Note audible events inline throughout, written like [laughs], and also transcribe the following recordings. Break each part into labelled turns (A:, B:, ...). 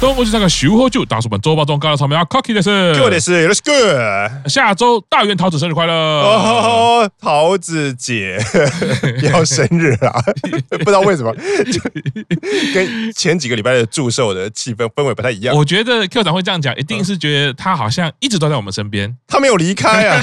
A: 东吴先生が酒后酒，大叔本周报中高的草莓啊，Cocky 的是，
B: 我的是 Let's Go。
A: 下周大圆桃子生日快乐！
B: 哦，桃
A: [laughs]
B: 子姐要生日啊！不知道为什么，就跟前几个礼拜的祝寿的气氛氛围不太一样。
A: 我觉得 Q 长会这样讲，一定是觉得他好像一直都在我们身
B: [laughs]
A: 边。
B: 他没有离开啊，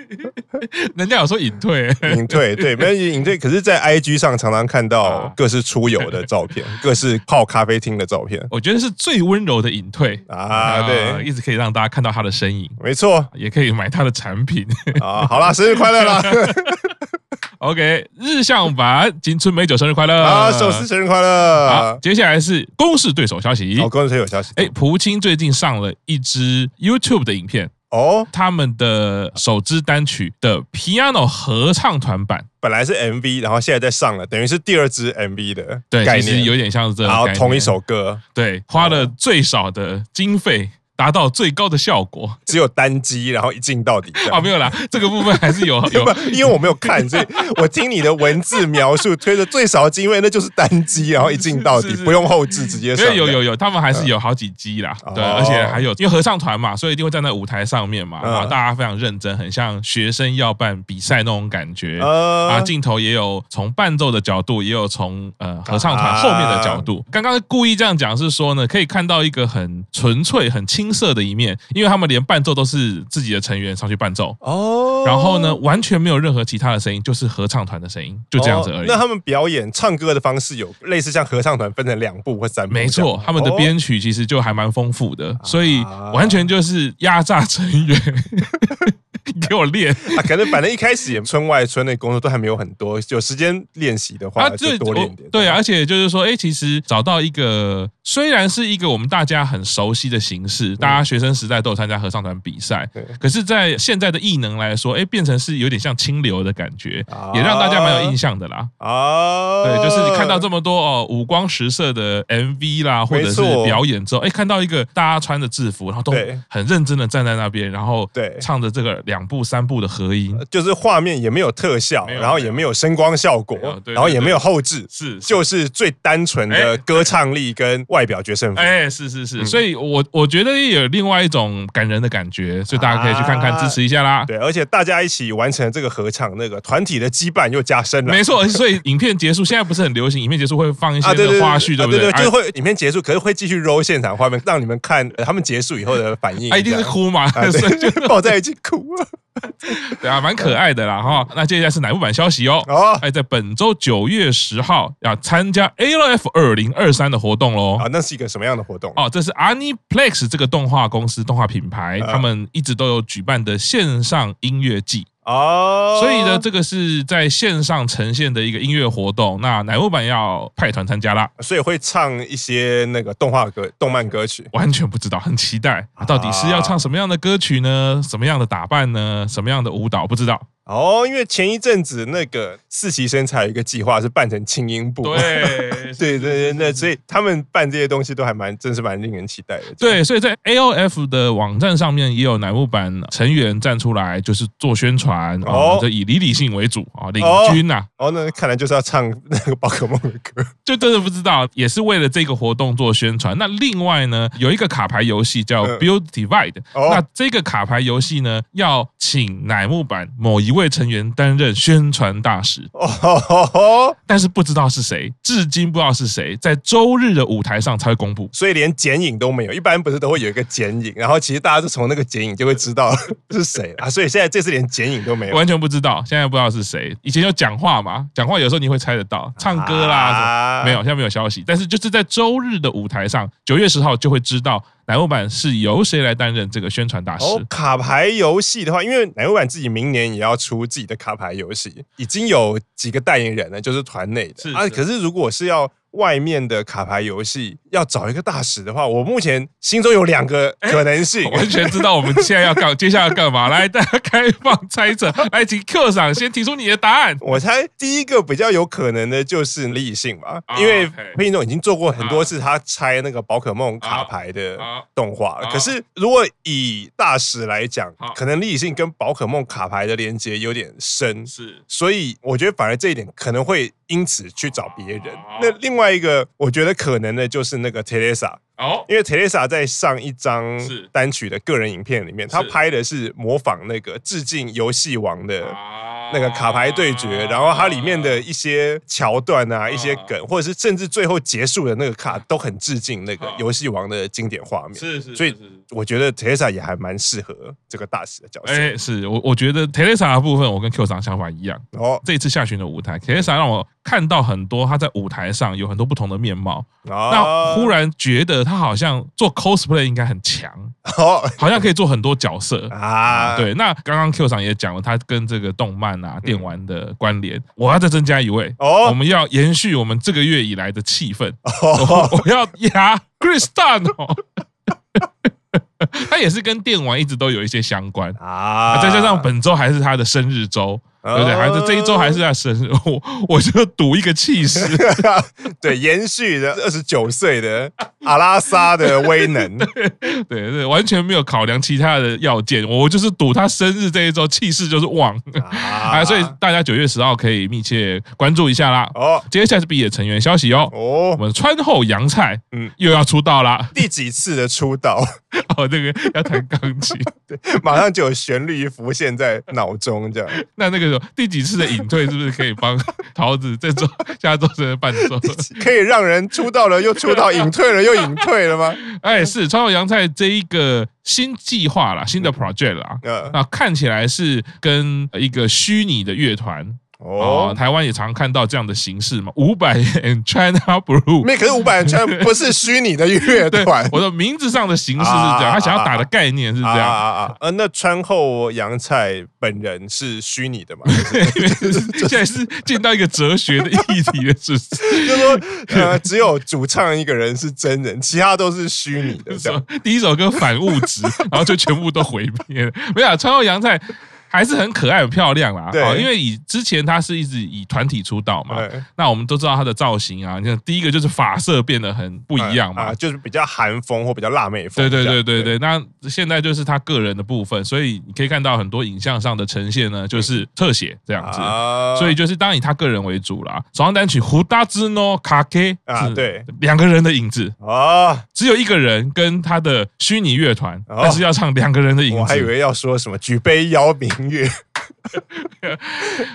A: [laughs] 人家有说隐退，
B: 隐退对，没有隐退。可是，在 IG 上常常看到各式出游的照
A: [laughs]
B: 片，各式泡咖啡厅的照片
A: 我觉得是最温柔的隐退
B: 啊，
A: 呃
B: 对，
A: 一直可以让大家看到他的身影，
B: 没错
A: 也可以买他的产品。 [laughs]
B: 啊。好啦，生日快乐啦！
A: OK，日向版金春美酒生日快乐！
B: 啊，寿司生日快
A: 好
B: 乐，！哦
A: 接下来是公式对手消息
B: 啊好，。公司有消息。
A: 哎，蒲青最近上了一支 YouTube 的影片，
B: 哦，
A: 他们的首支单曲的 Piano 合唱团版，
B: 本来是 MV，然后现在在上了，等于是第二支 MV 的
A: 对，
B: 概
A: 其实有
B: 念。
A: 点像是这个
B: 然后
A: 概念
B: 同一，首哦歌，
A: 对，花了最少的经费。达到最高的效果
B: 只有单机，然后一镜到底这
A: 啊，
B: 样。
A: 没有啦， [laughs] 这个部分还是有有
B: [laughs] 不，因为我没有看，所以我听你的文字描述，推的最少经费那就是单机，然后一镜到底
A: 是是，是
B: 不用后置直接
A: 没
B: 上
A: 有
B: 的。
A: 有有有，他们还是有好几季啦，
B: 嗯
A: 对，
B: 哦
A: 而且还有因为合唱团嘛，所以一定会站在舞台上面嘛，
B: 嗯
A: 然后大家非常认真，很像学生要办比赛那种感觉。啊，
B: 呃，
A: 镜头也有从伴奏的角度，也有从呃合唱
B: 啊
A: 团后面的角度。刚刚故意这样讲是说呢，可以看到一个很纯粹、很青涩的一面，因为他们连伴奏都是自己的成员上去伴奏，
B: 哦
A: 然后呢，完全没有任何其他的声音，就是合唱团的声音，就这样子而已。
B: 哦那他们表演唱歌的方式有类似像合唱团分成两部或三部这
A: 没
B: 样吗，
A: 错，他们的
B: 哦啊
A: 编曲其实就还蛮丰富的，所以完全就是压榨成员。 [laughs] 给我练，
B: 啊，可能反正一开始也村外村内工作都还没有很多，有时间练习的话就
A: 这
B: 多练点。
A: 啊对啊，而且就是说，哎，其实找到一个虽然是一个我们大家很熟悉的形式，大家学生时代都有参加合唱团比赛
B: 嗯对，
A: 可是，在现在的艺能来说，哎，变成是有点像清流的感觉
B: 啊，
A: 也让大家蛮有印象的啦。
B: 啊，
A: 对，就是你看到这么多哦五光十色的 MV 啦，或者是
B: 没错
A: 表演之后，哎，看到一个大家穿着制服，然后都
B: 对
A: 很认真的站在那边，然后
B: 对呃
A: 唱着这个两步三步的合音，
B: 就是画面也没有特效，
A: 没有
B: 然后也没有声光效果
A: 没有对，对
B: 然后也没有后置，
A: 是是
B: 就是最单纯
A: 哎
B: 的歌唱力跟外表决胜
A: [laughs]
B: 负。
A: 哎，是是
B: 嗯
A: 是，所以我我觉得也有另外一种感人的感觉，所以大家可以去看看，
B: 啊
A: 支持一下啦。
B: 对，而且大家一起完成这个合唱，那个团体的羁绊又加深了。
A: 没错，所以影片结束，现在不是很流行，影片结束会放一些
B: 啊，对
A: 那个
B: 对对
A: 花絮，对
B: 啊
A: 不
B: 对
A: 对？哎
B: 就是会影片结束，可是会继续 roll 现场画面，让你们看呃他们结束以后的反应。
A: 啊，一定是哭嘛， [laughs]
B: 这样，啊
A: 所以就
B: 对， [laughs] 抱在一起哭。啊
A: 对啊，蛮可爱的啦哈。那接下来是哪部版消息哦？
B: 哦，
A: 哎，在本周九月十号要参加 ALF 二零二三的活动喽
B: 啊。，那是一个什么样的活动？
A: 哦，这是 Aniplex 这个动画公司、动画品牌，
B: 啊
A: 他们一直都有举办的线上音乐季，
B: 哦，
A: 所以呢，这个是在线上呈现的一个音乐活动。那乃木坂要派团参加啦，
B: 所以会唱一些那个动画歌、动漫歌曲。
A: 完全不知道，很期待，
B: 啊
A: 到底是要唱什么样的歌曲呢？什么样的打扮呢？什么样的舞蹈？不知道。
B: 哦，因为前一阵子那个四期生才有一个计划是扮成轻音部，
A: 对
B: [laughs] 对对对，那所以他们办这些东西都还蛮，真是蛮令人期待的。
A: 对，所以在 A O F 的网站上面也有乃木坂成员站出来，就是做宣传哦
B: 哦，
A: 这以理理性为主啊，领
B: 哦
A: 军呐、啊。
B: 哦，那看来就是要唱 [laughs] 那个宝可梦的歌
A: 就真的不知道，也是为了这个活动做宣传。那另外呢，有一个卡牌游戏叫
B: 嗯
A: Build Divide，、
B: 哦
A: 那这个卡牌游戏呢，要请乃木坂某一位成员担任宣传大使，
B: 哦吼吼吼，
A: 但是不知道是谁，至今不知道是谁，在周日的舞台上才会公布。
B: [laughs] 所以连剪影都没有。一般不是都会有一个剪影，然后其实大家就从那个剪影就会知道 [laughs] 是谁啊。所以现在这次连剪影都没有。
A: 完全不知道，现在不知道是谁。以前有讲话嘛，讲话有时候你会猜得到，唱歌啦，什么
B: 啊
A: 没有，现在没有消息。但是就是在周日的舞台上，九月十号就会知道乃木坂是由谁来担任这个宣传大使。
B: 哦，卡牌游戏的话，因为乃木坂自己明年也要出自己的卡牌游戏，已经有几个代言人了，就是团内的
A: 是
B: 啊。
A: 是
B: 可是如果是要外面的卡牌游戏要找一个大使的话，我目前心中有两个可能性。
A: 完全知道 [laughs] 我们现在要
B: [laughs]
A: 干，接下来要干嘛？来，大家开放猜测，来，请课长先提出你的答案。
B: 我猜第一个比较有可能的就是立信吧，
A: 啊
B: 因为
A: OK
B: 佩总已经做过很多次他拆那个宝可梦卡牌的
A: 啊啊
B: 动画了。
A: 啊
B: 可是如果以大使来讲
A: 啊，
B: 可能立信跟宝可梦卡牌的连接有点深，
A: 是
B: 所以我觉得反而这一点可能会因此去找别人
A: 哦。
B: 那另外一个我觉得可能的就是那个 Teresa，
A: 哦，
B: 因为 Teresa 在上一张
A: 是
B: 单曲的个人影片里面，她拍的是模仿那个致敬游戏王的。
A: 啊
B: 那个卡牌对决，然后它里面的一些桥段啊，一些梗，或者是甚至最后结束的那个卡，都很致敬那个
A: 啊
B: 游戏王的经典画面。
A: 是是，
B: 所以
A: 是是
B: 我觉得 Teresa 也还蛮适合这个大使的角色。
A: 哎，是我我觉得 Teresa 的部分，我跟 Q 长想法一样。
B: 哦
A: 这一次下旬的舞台，Teresa 让我看到很多她在舞台上有很多不同的面貌，
B: 啊
A: 那忽
B: 然
A: 然觉得她好像做 cosplay 应该很强，
B: 哦
A: 好像可以做很多角色。嗯
B: 啊，嗯
A: 对，那刚刚 Q 上也讲了，他跟这个动漫啊、电玩的关联，我要再增加一位，我
B: 哦，
A: 们要延续我们这个月以来的气氛，
B: [laughs] 哦
A: [laughs] 我要压 Chris t a n 哦， [laughs] 他也是跟电玩一直都有一些相关。
B: 啊哦
A: 再加上本周还是他的生日周，对不对？还是这一周还是他生日，我我就赌一个气势，
B: [laughs] 对延续的二十九岁的阿拉莎的威能，
A: 对对，完全没有考量其他的要件，我就是赌他生日这一周气势就是旺。 [laughs] 啊，[laughs]
B: 啊
A: 所以大家九月十号可以密切关注一下啦。
B: 哦
A: 接下来是毕业成员消息哦，我
B: 哦，
A: 们川后洋菜，嗯
B: 嗯，
A: 又要出道啦。 [laughs]
B: 第几次的出道， [laughs]
A: 哦，这个要弹钢琴， [laughs]
B: 马上就有旋律浮现在脑中，这样
A: 那那个第几次的隐退是不是可以帮桃子这周下周真的伴
B: [laughs]
A: 奏？
B: 可以让人出道了又出道，隐退了又隐退了吗？
A: [laughs]
B: [laughs]
A: 哎，是川后洋菜这一个新计划啦，新的 project 啦。
B: 呃，
A: 那看起来是跟一个虚拟的乐团哦，
B: 哦，
A: 台湾也常看到这样的形式嘛，五百 and China Blue，
B: 没，可是五百人圈不是虚拟的乐
A: 对
B: 团，。
A: [laughs] 我的名字上的形式是这样，
B: 啊
A: 他想要打的概念是这
B: 啊
A: 样。
B: 啊啊！呃，那川后洋菜本人是虚拟的嘛？还是
A: [laughs] 现在是进到一个哲学的议题了，是不是？
B: 就是说，呃，只有主唱一个人是真人，其他都是虚拟
A: [laughs]
B: 的。这
A: 什
B: 样
A: 么第一首歌反物质，然后就全部都毁灭了。没有、啊，川后洋菜还是很可爱、很漂亮啦。
B: 对
A: 哦因为以之前他是一直以团体出道嘛，
B: 对
A: 那我们都知道他的造型啊，你看第一个就是发色变得很不一样嘛，
B: 啊，就是比较韩风或比较辣妹风
A: 对对
B: 这样。
A: 对对对，那现在就是他个人的部分，所以你可以看到很多影像上的呈现呢，就是特写这样子。
B: 啊
A: 所以就是当以他个人为主啦，首张单曲《胡大之诺卡 K》
B: 啊
A: 是
B: 对
A: 两个人的影子，
B: 啊，
A: 只有一个人跟他的虚拟乐团，
B: 哦
A: 但是要唱两个人的影
B: 我还以
A: 子，
B: 为要说什么举杯邀明月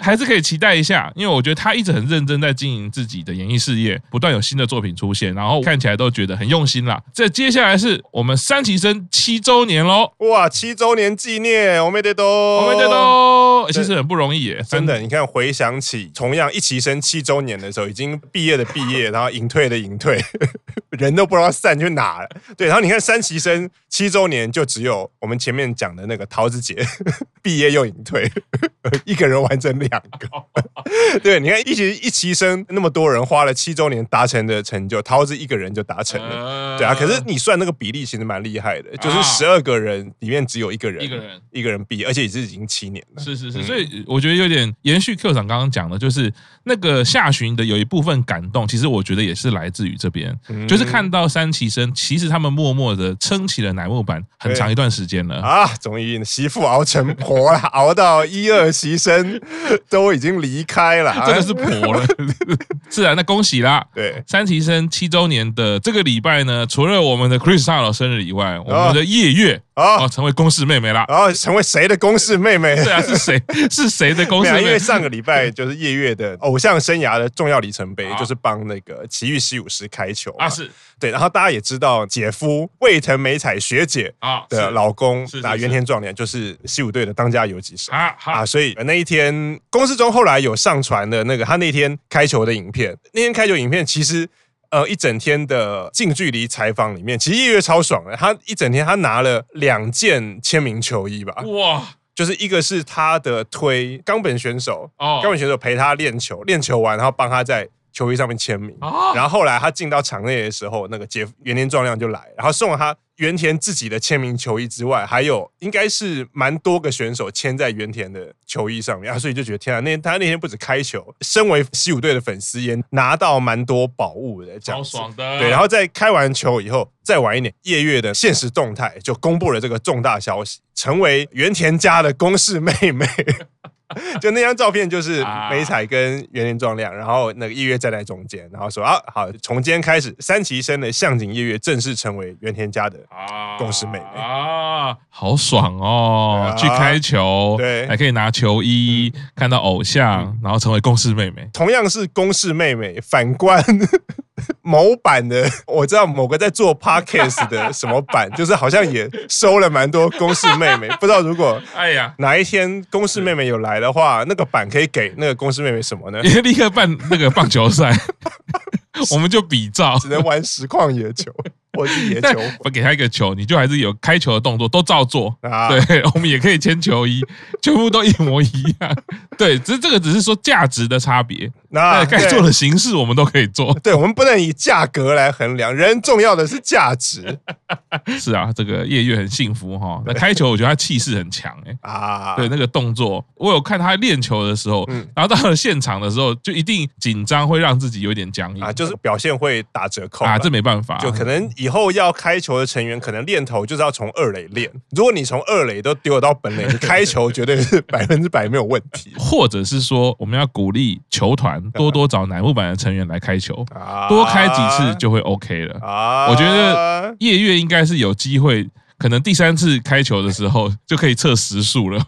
A: 还是可以期待一下，因为我觉得他一直很认真在经营自己的演艺事业，不断有新的作品出现，然后看起来都觉得很用心啦。这接下来是我们三期生七周年喽，
B: 哇，七周年纪念，我们得都，
A: 我们这都其实很不容易耶，
B: 哦真的，你看回想起同样一齐生七周年的时候，已经毕业的毕业，然后隐退的隐退， [laughs] 人都不知道散去哪了。对，然后你看三期生七周年，就只有我们前面讲的那个桃子姐 [laughs] 毕业又隐退， [laughs] 一个人完成两个。 [laughs] 对，你看一起一齐生那么多人花了七周年达成的成就，桃子一个人就达成了。
A: 呃
B: 对啊，可是你算那个比例其实蛮厉害的，就是
A: 啊
B: 十二个人里面只有一个人，
A: 一个人
B: 一个人毕业，而且也是已经七年了。
A: 是是是，
B: 嗯
A: 所以我觉得有点延续 Q 长刚刚讲的，就是那个下旬的有一部分感动，其实我觉得也是来自于这边，
B: 嗯
A: 就是看到三旗生，其实他们默默的撑起了乃木坂很长一段时间了。
B: 啊，终于媳妇熬成婆了，熬到一二其身都已经离开了，
A: [laughs] 真的是婆了， [laughs] 是啊，那恭喜啦！
B: 对
A: 三旗生七周年的这个礼拜呢，除了我们的 Chris 大佬生日以外，我们的夜月
B: 啊
A: 哦，成为公式妹妹啦。
B: 然后成为谁的公式妹妹？
A: 对啊，是谁？是谁的公
B: 没
A: 式
B: 有， [laughs]
A: 妹
B: 因
A: 妹
B: 为？上个礼拜就是夜月的偶像生涯的重要里程碑
A: 啊，
B: 就是帮那个奇遇西武师开球嘛
A: 啊，是
B: 对，然后大家也知道姐夫卫藤美彩学姐
A: 啊，是
B: 的老公
A: 是是
B: 那
A: 是
B: 原田壮年就是西武队的当家游击手。
A: 啊好
B: 啊，所以那一天公司中后来有上传的那个他那天开球的影片，那天开球影片其实。呃，一整天的近距离采访里面，其实叶月超爽的。他一整天他拿了两件签名球衣吧，
A: 哇
B: 就是一个是他的推冈本选手，
A: 哦
B: 冈本选手陪他练球，练球完然后帮他在球衣上面签名。
A: 啊，
B: 然后后来他进到场内的时候，那个杰原田壮亮就来，然后送了他原田自己的签名球衣之外，还有应该是蛮多个选手签在原田的球衣上面啊，所以就觉得天啊，那他那天不止开球，身为西武队的粉丝也拿到蛮多宝物的，这样
A: 超
B: 子。
A: 爽的。
B: 对，然后在开完球以后，再晚一点，夜月的现实动态就公布了这个重大消息，成为原田家的公式妹妹。就那张照片，就是
A: 啊
B: 美彩跟原田壮亮，然后那个夜月站在中间，然后说啊，好，从今天开始，三崎生的向井夜月正式成为原田家的。
A: 啊
B: 共识妹妹
A: 啊，好爽哦！
B: 对
A: 去
B: 啊
A: 开球，
B: 对嗯
A: 还可以拿球衣，看到偶像，然后成为共识妹妹。
B: 同样是公式妹妹，反观 [laughs] 某版的，我知道某个在做 podcast 的什么版，就是好像也收了蛮多公式妹妹，不知道如果
A: 哎呀，？
B: 哪一天公式妹妹有来的话，那个版可以给那个公式妹妹什么呢
A: [laughs] 立刻办那个棒球
B: [laughs]
A: 赛，我们就比照，
B: 只能玩实况野
A: [laughs]
B: 球或是野球
A: 但我给他一个球，你就还是有开球的动作，都照做。
B: 啊。
A: 对，我们也可以签球
B: [laughs]
A: 衣，全部都一模一样。对，只是这个只是说价值的差别，
B: 那
A: 对该做的形式我们都可以做。
B: 对，对 [laughs] 我们不能以价格来衡量，人重要的是价值
A: 是啊，这个夜月很幸福哈。那开球，我觉得他气势很强
B: [laughs]
A: 哎、
B: 啊。
A: 对那个动作，我有看他练球的时候，
B: 嗯
A: 然后到了现场的时候，就一定紧张，会让自己有点僵硬
B: 啊，就是表现会打折扣
A: 啊，
B: 啦
A: 这没办法，
B: 就可能以后要开球的成员，可能练投就是要从二垒练。如果你从二垒都丢到本垒，你开球绝对是百分之百没有问题
A: 或者是说我们要鼓励球团多多找乃木坂的成员来开球，
B: 啊。
A: 多开几次就会 OK 了。
B: 啊，
A: 我觉得夜月应该是有机会，可能第三次开球的时候就可以测时速了。 [laughs]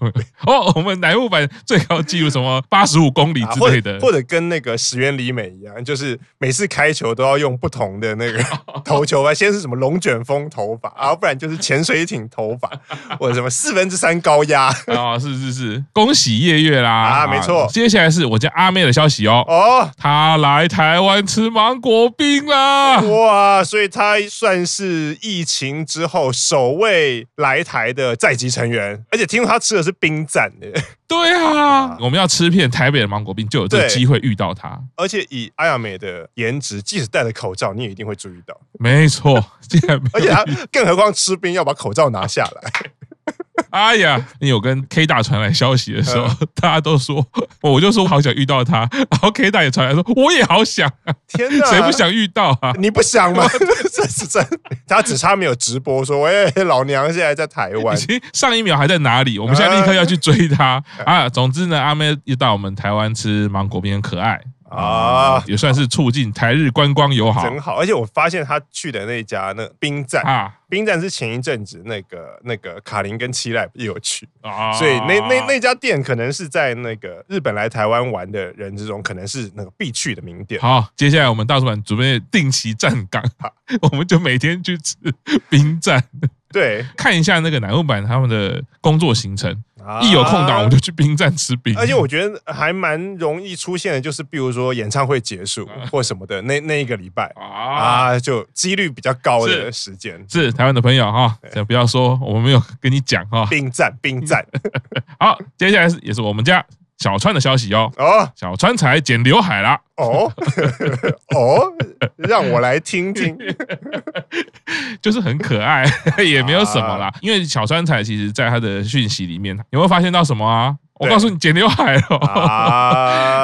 A: 哦，我们乃木坂最高纪录什么八十五公里
B: 啊
A: 之
B: 或
A: 类
B: 者
A: 的，
B: 或者跟那个石原里美一样，就是每次开球都要用不同的那
A: [laughs]
B: 个头球啊，先是什么龙卷风头法，然后不然就是潜水艇头法， [laughs] 或者什么四分之三高压。
A: [laughs] 啊、是是是，恭喜夜月啦！
B: 啊没错
A: 接下来是我家阿妹的消息哦，
B: 哦，
A: 她来台湾吃芒果冰啦！
B: 哇！所以他算是疫情之后首位来台的在籍成员，而且听说他吃的是冰赞的，
A: 对啊
B: 啊，
A: 我们要吃遍台北的芒果冰，就有这个
B: 对
A: 机会遇到她。
B: 而且以阿雅美的颜值，即使戴了口罩，你也一定会注意到。
A: 没错，竟然没有
B: [laughs] 而且他，更何况吃冰要把口罩拿下来，
A: 哎呀，你有跟 K 大传来消息的时候，
B: 嗯
A: 大家都说，我就说我好想遇到他，然后 K 大也传来说，我也好想啊，
B: 天哪！
A: 谁不想遇到啊？
B: 你不想吗？ [laughs] 这是真，他只差没有直播说，喂，老娘现在在台
A: [laughs]
B: 湾
A: 已。经上一秒还在哪里，我们现
B: 哎
A: 在立刻要去追他啊！总之呢，阿妹又到我们台湾吃芒果冰，很可爱
B: 啊
A: 啊，也算是促进台日观光友好
B: 真好，而且我发现他去的那家那冰站，
A: 啊
B: 冰站是前一阵子那个那个卡琳跟七濑也有去，
A: 啊！
B: 所以那那那家店可能是在那个日本来台湾玩的人之中，可能是那个必去的名店。
A: 好，接下来我们大主管准备定期站岗， [laughs] 我们就每天去吃冰站， [laughs]
B: 对，
A: 看一下那个南木版他们的工作行程。
B: 啊
A: 一有空档我们就去冰站吃冰。
B: 而且我觉得还蛮容易出现的，就是比如说演唱会结束或什么的那那一个礼拜
A: 嗯啊，
B: 啊，就几率比较高的
A: 是
B: 时间。
A: 是台湾的朋友哈，不要说我们没有跟你讲哈。
B: 冰站，冰站， [laughs]
A: 好，接下来是也是我们家小川的消息哦，
B: 哦
A: 小川才剪刘海啦。
B: 哦 [laughs] 哦，让我来听 [laughs] 听。
A: 就是很可爱， [laughs] 也没有什么
B: 啊
A: 啦。因为小川彩其实在他的讯息里面，有没有发现到什么啊？我
B: 对
A: 告诉你，剪刘海
B: 哦
A: 了。
B: 啊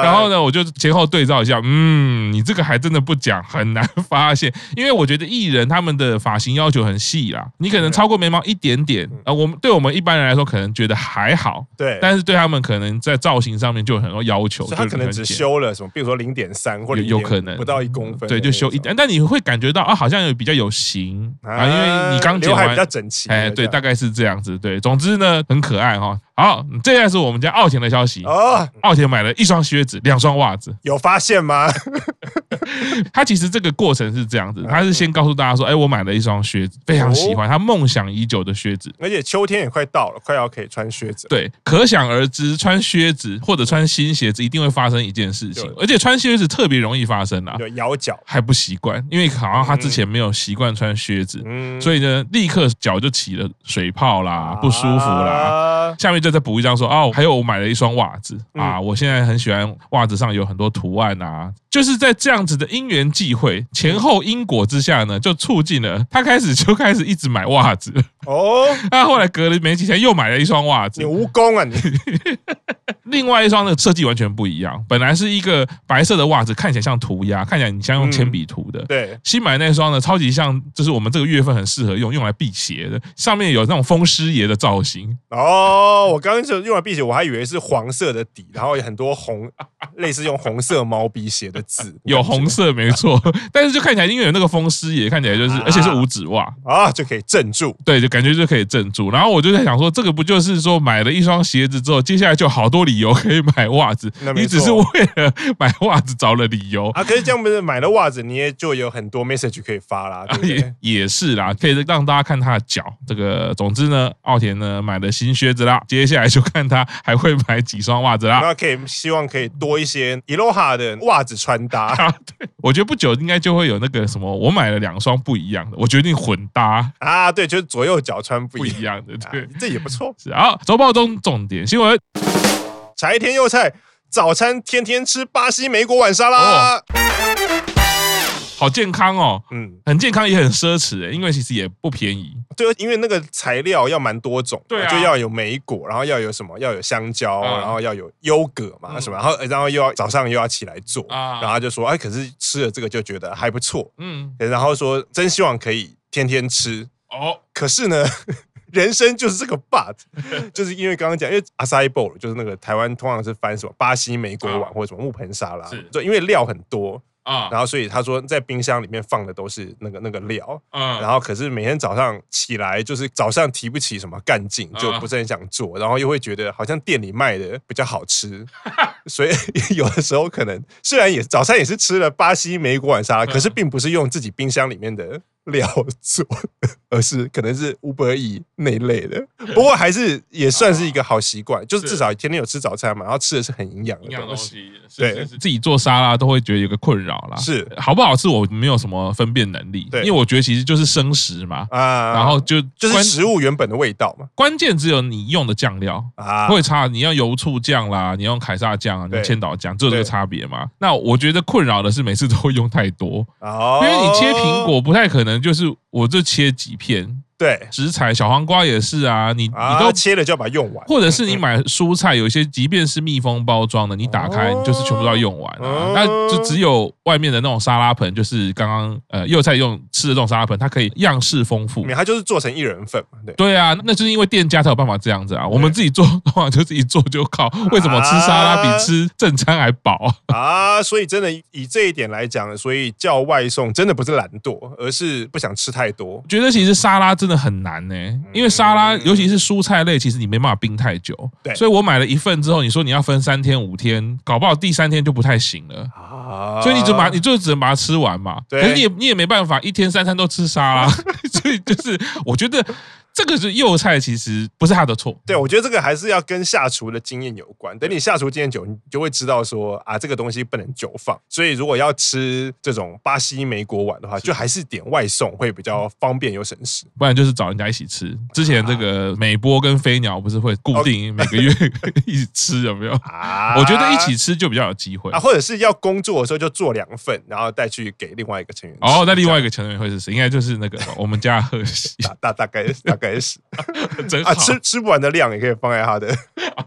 A: [laughs] 然后呢，我就前后对照一下，嗯，你这个还真的不讲，很难发现，因为我觉得艺人他们的发型要求很细啦，你可能超过眉毛一点点，啊，我们对我们一般人来说可能觉得还好，
B: 嗯对，
A: 但是对他们可能在造型上面就有很多要求，
B: 所以他
A: 就是
B: 可能
A: 很
B: 只
A: 简
B: 修了什么，比如说零点三或者
A: 有有可能
B: 不到一公分的那种，
A: 对，就修一点，但你会感觉到啊，好像有比较有型啊，因为你刚剪
B: 刘海
A: 完
B: 比较整齐了这
A: 哎，
B: 样，
A: 对，大概是这样子。对，总之呢，很可爱哈、好，嗯这下是我们家奥田的消息。
B: 哦，
A: 奥田买了一双靴子，两双袜子。 [laughs]
B: 有发现吗？ [laughs]
A: 他其实这个过程是这样子，他是先告诉大家说，哎，我买了一双靴子，非常喜欢，
B: 哦
A: 他梦想已久的靴子。
B: 而且秋天也快到了，快要可以穿靴子了。
A: 对，可想而知，穿靴子或者穿新鞋子一定会发生一件事情
B: 对，
A: 而且穿靴子特别容易发生啊，
B: 有咬脚，
A: 还不习惯，因为好像他之前没有习惯穿靴子，
B: 嗯，
A: 所以呢，立刻脚就起了水泡
B: 啊
A: 啦，不舒服啦。
B: 啦。
A: 下面就再补一张说哦，还有我买了一双袜子
B: 嗯
A: 啊，我现在很喜欢袜子上有很多图案啊，就是在这样子的因缘际会前后因果之下呢，就促进了他开始就开始一直买袜子， [laughs]
B: 哦，
A: 他后来隔了没几天又买了一双袜子
B: 你，蜈蚣啊你！
A: 另外一双的设计完全不一样，本来是一个白色的袜子，看起来像涂鸦，看起来你像用铅笔涂的。
B: 嗯对，
A: 新买那双呢，超级像，就是我们这个月份很适合用，用来辟邪的。上面有那种风师爷的造型，
B: 哦，我刚刚就用了辟邪，我还以为是黄色的底，然后有很多红， [laughs] 类似用红色毛笔写的字，
A: [laughs] 有红色没错， [laughs] 但是就看起来因为有那个风师爷，看起来就是，
B: 啊
A: 而且是五指袜，
B: 啊，就可以镇住。
A: 对，就感觉就可以镇住。然后我就在想说，这个不就是说买了一双鞋子之后，接下来就好多理由可以买袜子
B: [laughs] 那，没
A: 你只是为
B: 错
A: 了买袜子找了理
B: [laughs]
A: 由。
B: 啊，可是这样不是买了袜子，你也就有很多 message 可以发啦，对
A: 啊
B: 不对
A: 也？也是啦，可以让大家看他的脚。这个，总之呢，奥田呢买了新靴子啦，接下来就看他还会买几双袜子啦。
B: 那可以希望可以多一些 Eloha 的袜子穿搭 [laughs]
A: [laughs] 啊，对，我觉得不久应该就会有那个什么，我买了两双不一样的，我决定混搭
B: 啊，对，就是左右脚穿不
A: 不
B: 一样
A: 一，样的，对
B: 啊，这也不错。
A: 是好，周报中重点新闻
B: 柴田佑菜早餐天天吃巴西莓果碗沙拉，
A: 哦好健康哦，
B: 嗯，
A: 很健康也很奢侈欸诶，因为其实也不便宜
B: 对，因为那个材料要蛮多种，
A: 对啊
B: 就要有莓果，然后要有什么，要有香蕉，
A: 嗯
B: 然后要有优格嘛，
A: 嗯
B: 什么，然后然后又要早上又要起来做，
A: 啊
B: 然后他就说，哎，可是吃了这个就觉得还不错，
A: 嗯，
B: 然后说真希望可以天天吃，
A: 哦，
B: 可是呢， [laughs] 人生就是这个 but，就是 [laughs] 因为刚刚讲，因为 acai bowl 就是那个台湾通常是翻什么巴西莓果碗
A: 啊
B: 或者什么木盆沙拉
A: 是，
B: 就因为料很多，
A: 啊，
B: 然后所以他说在冰箱里面放的都是那个那个料。
A: 嗯，
B: 然后可是每天早上起来，就是早上提不起什么干劲，
A: 啊
B: 就不是很想做，然后又会觉得好像店里卖的比较好
A: [laughs]
B: 吃，所以有的时候可能虽然也早餐也是吃了巴西莓果碗沙拉，可
A: 嗯
B: 是并不是用自己冰箱里面的料做的，而是可能是五百亿那一类的。不过还是也算是一个好习惯，就是至少天天有吃早餐嘛，然后吃的是很营养
A: 营养
B: 的
A: 东
B: 东西。
A: 西，是
B: 对
A: 是是自己做沙拉都会觉得有个困扰啦。
B: 是
A: 好不好吃，我没有什么分辨能力，
B: 对
A: 因为我觉得其实就是生食嘛，
B: 啊，
A: 然后就
B: 就是
A: 关
B: 食物原本的味道嘛，
A: 关键只有你用的酱料。
B: 啊，
A: 会差，你要油醋酱啦，你要用凯撒酱啊，你
B: 对
A: 用千岛酱，只有这个
B: 对
A: 差别嘛。那我觉得困扰的是每次都会用太多，
B: 哦
A: 因为你切苹果不太可能就是我就切几片，
B: 对。
A: 食材小黄瓜也是啊，你
B: 啊，
A: 你都
B: 切了就要把它用完，
A: 或者是你买蔬菜，有一些即便是密封包装的，你打开
B: 哦
A: 你就是全部都要用完啊
B: 哦。
A: 那就只有外面的那种沙拉盆，就是刚刚呃幼菜用吃的这种沙拉盆，它可以样式丰富
B: 没。有，它就是做成一人份嘛，对。
A: 对啊，那就是因为店家才有办法这样子啊。我们自己做的话，就自己做就靠。为什么吃沙拉比吃正餐还饱？
B: 啊，所以真的以这一点来讲，所以叫外送真的不是懒惰，而是不想吃太多。
A: 觉得其实沙拉真的很难呢、
B: 嗯
A: 因为沙拉尤其是蔬菜类，其实你没办法冰太久。
B: 对
A: 所以我买了一份之后，你说你要分三天五天，搞不好第三天就不太行了。
B: 啊
A: 所以你只把你就只能把它吃完嘛。
B: 对
A: 可是你也你也没办法一天三餐都吃沙拉， [laughs] 所以就是我觉得这个是幼菜，其实不是他的错。
B: 对，我觉得这个还是要跟下厨的经验有关。等你下厨经验久，你就会知道说啊，这个东西不能久放。所以如果要吃这种巴西莓果碗的话，就还是点外送会比较方便又省事。
A: 不然就是找人家一起吃。之前这个美波跟飞鸟不是会固定每个月 [laughs] 一起吃，有没有？
B: 哦啊
A: 我觉得一起吃就比较有机会
B: 啊，。或者是要工作的时候就做两份，然后带去给另外一个成员吃。
A: 哦，那另外一个成员会是谁？应该就是那个我们家贺喜，
B: 大大大概大概是
A: 真好
B: 啊，。吃吃不完的量也可以放在他的。
A: 哦啊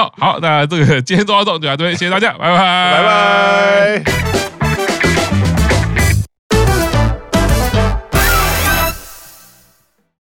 A: 好好，那这个今天周报动就到这边，谢谢大家，拜拜，
B: 拜拜。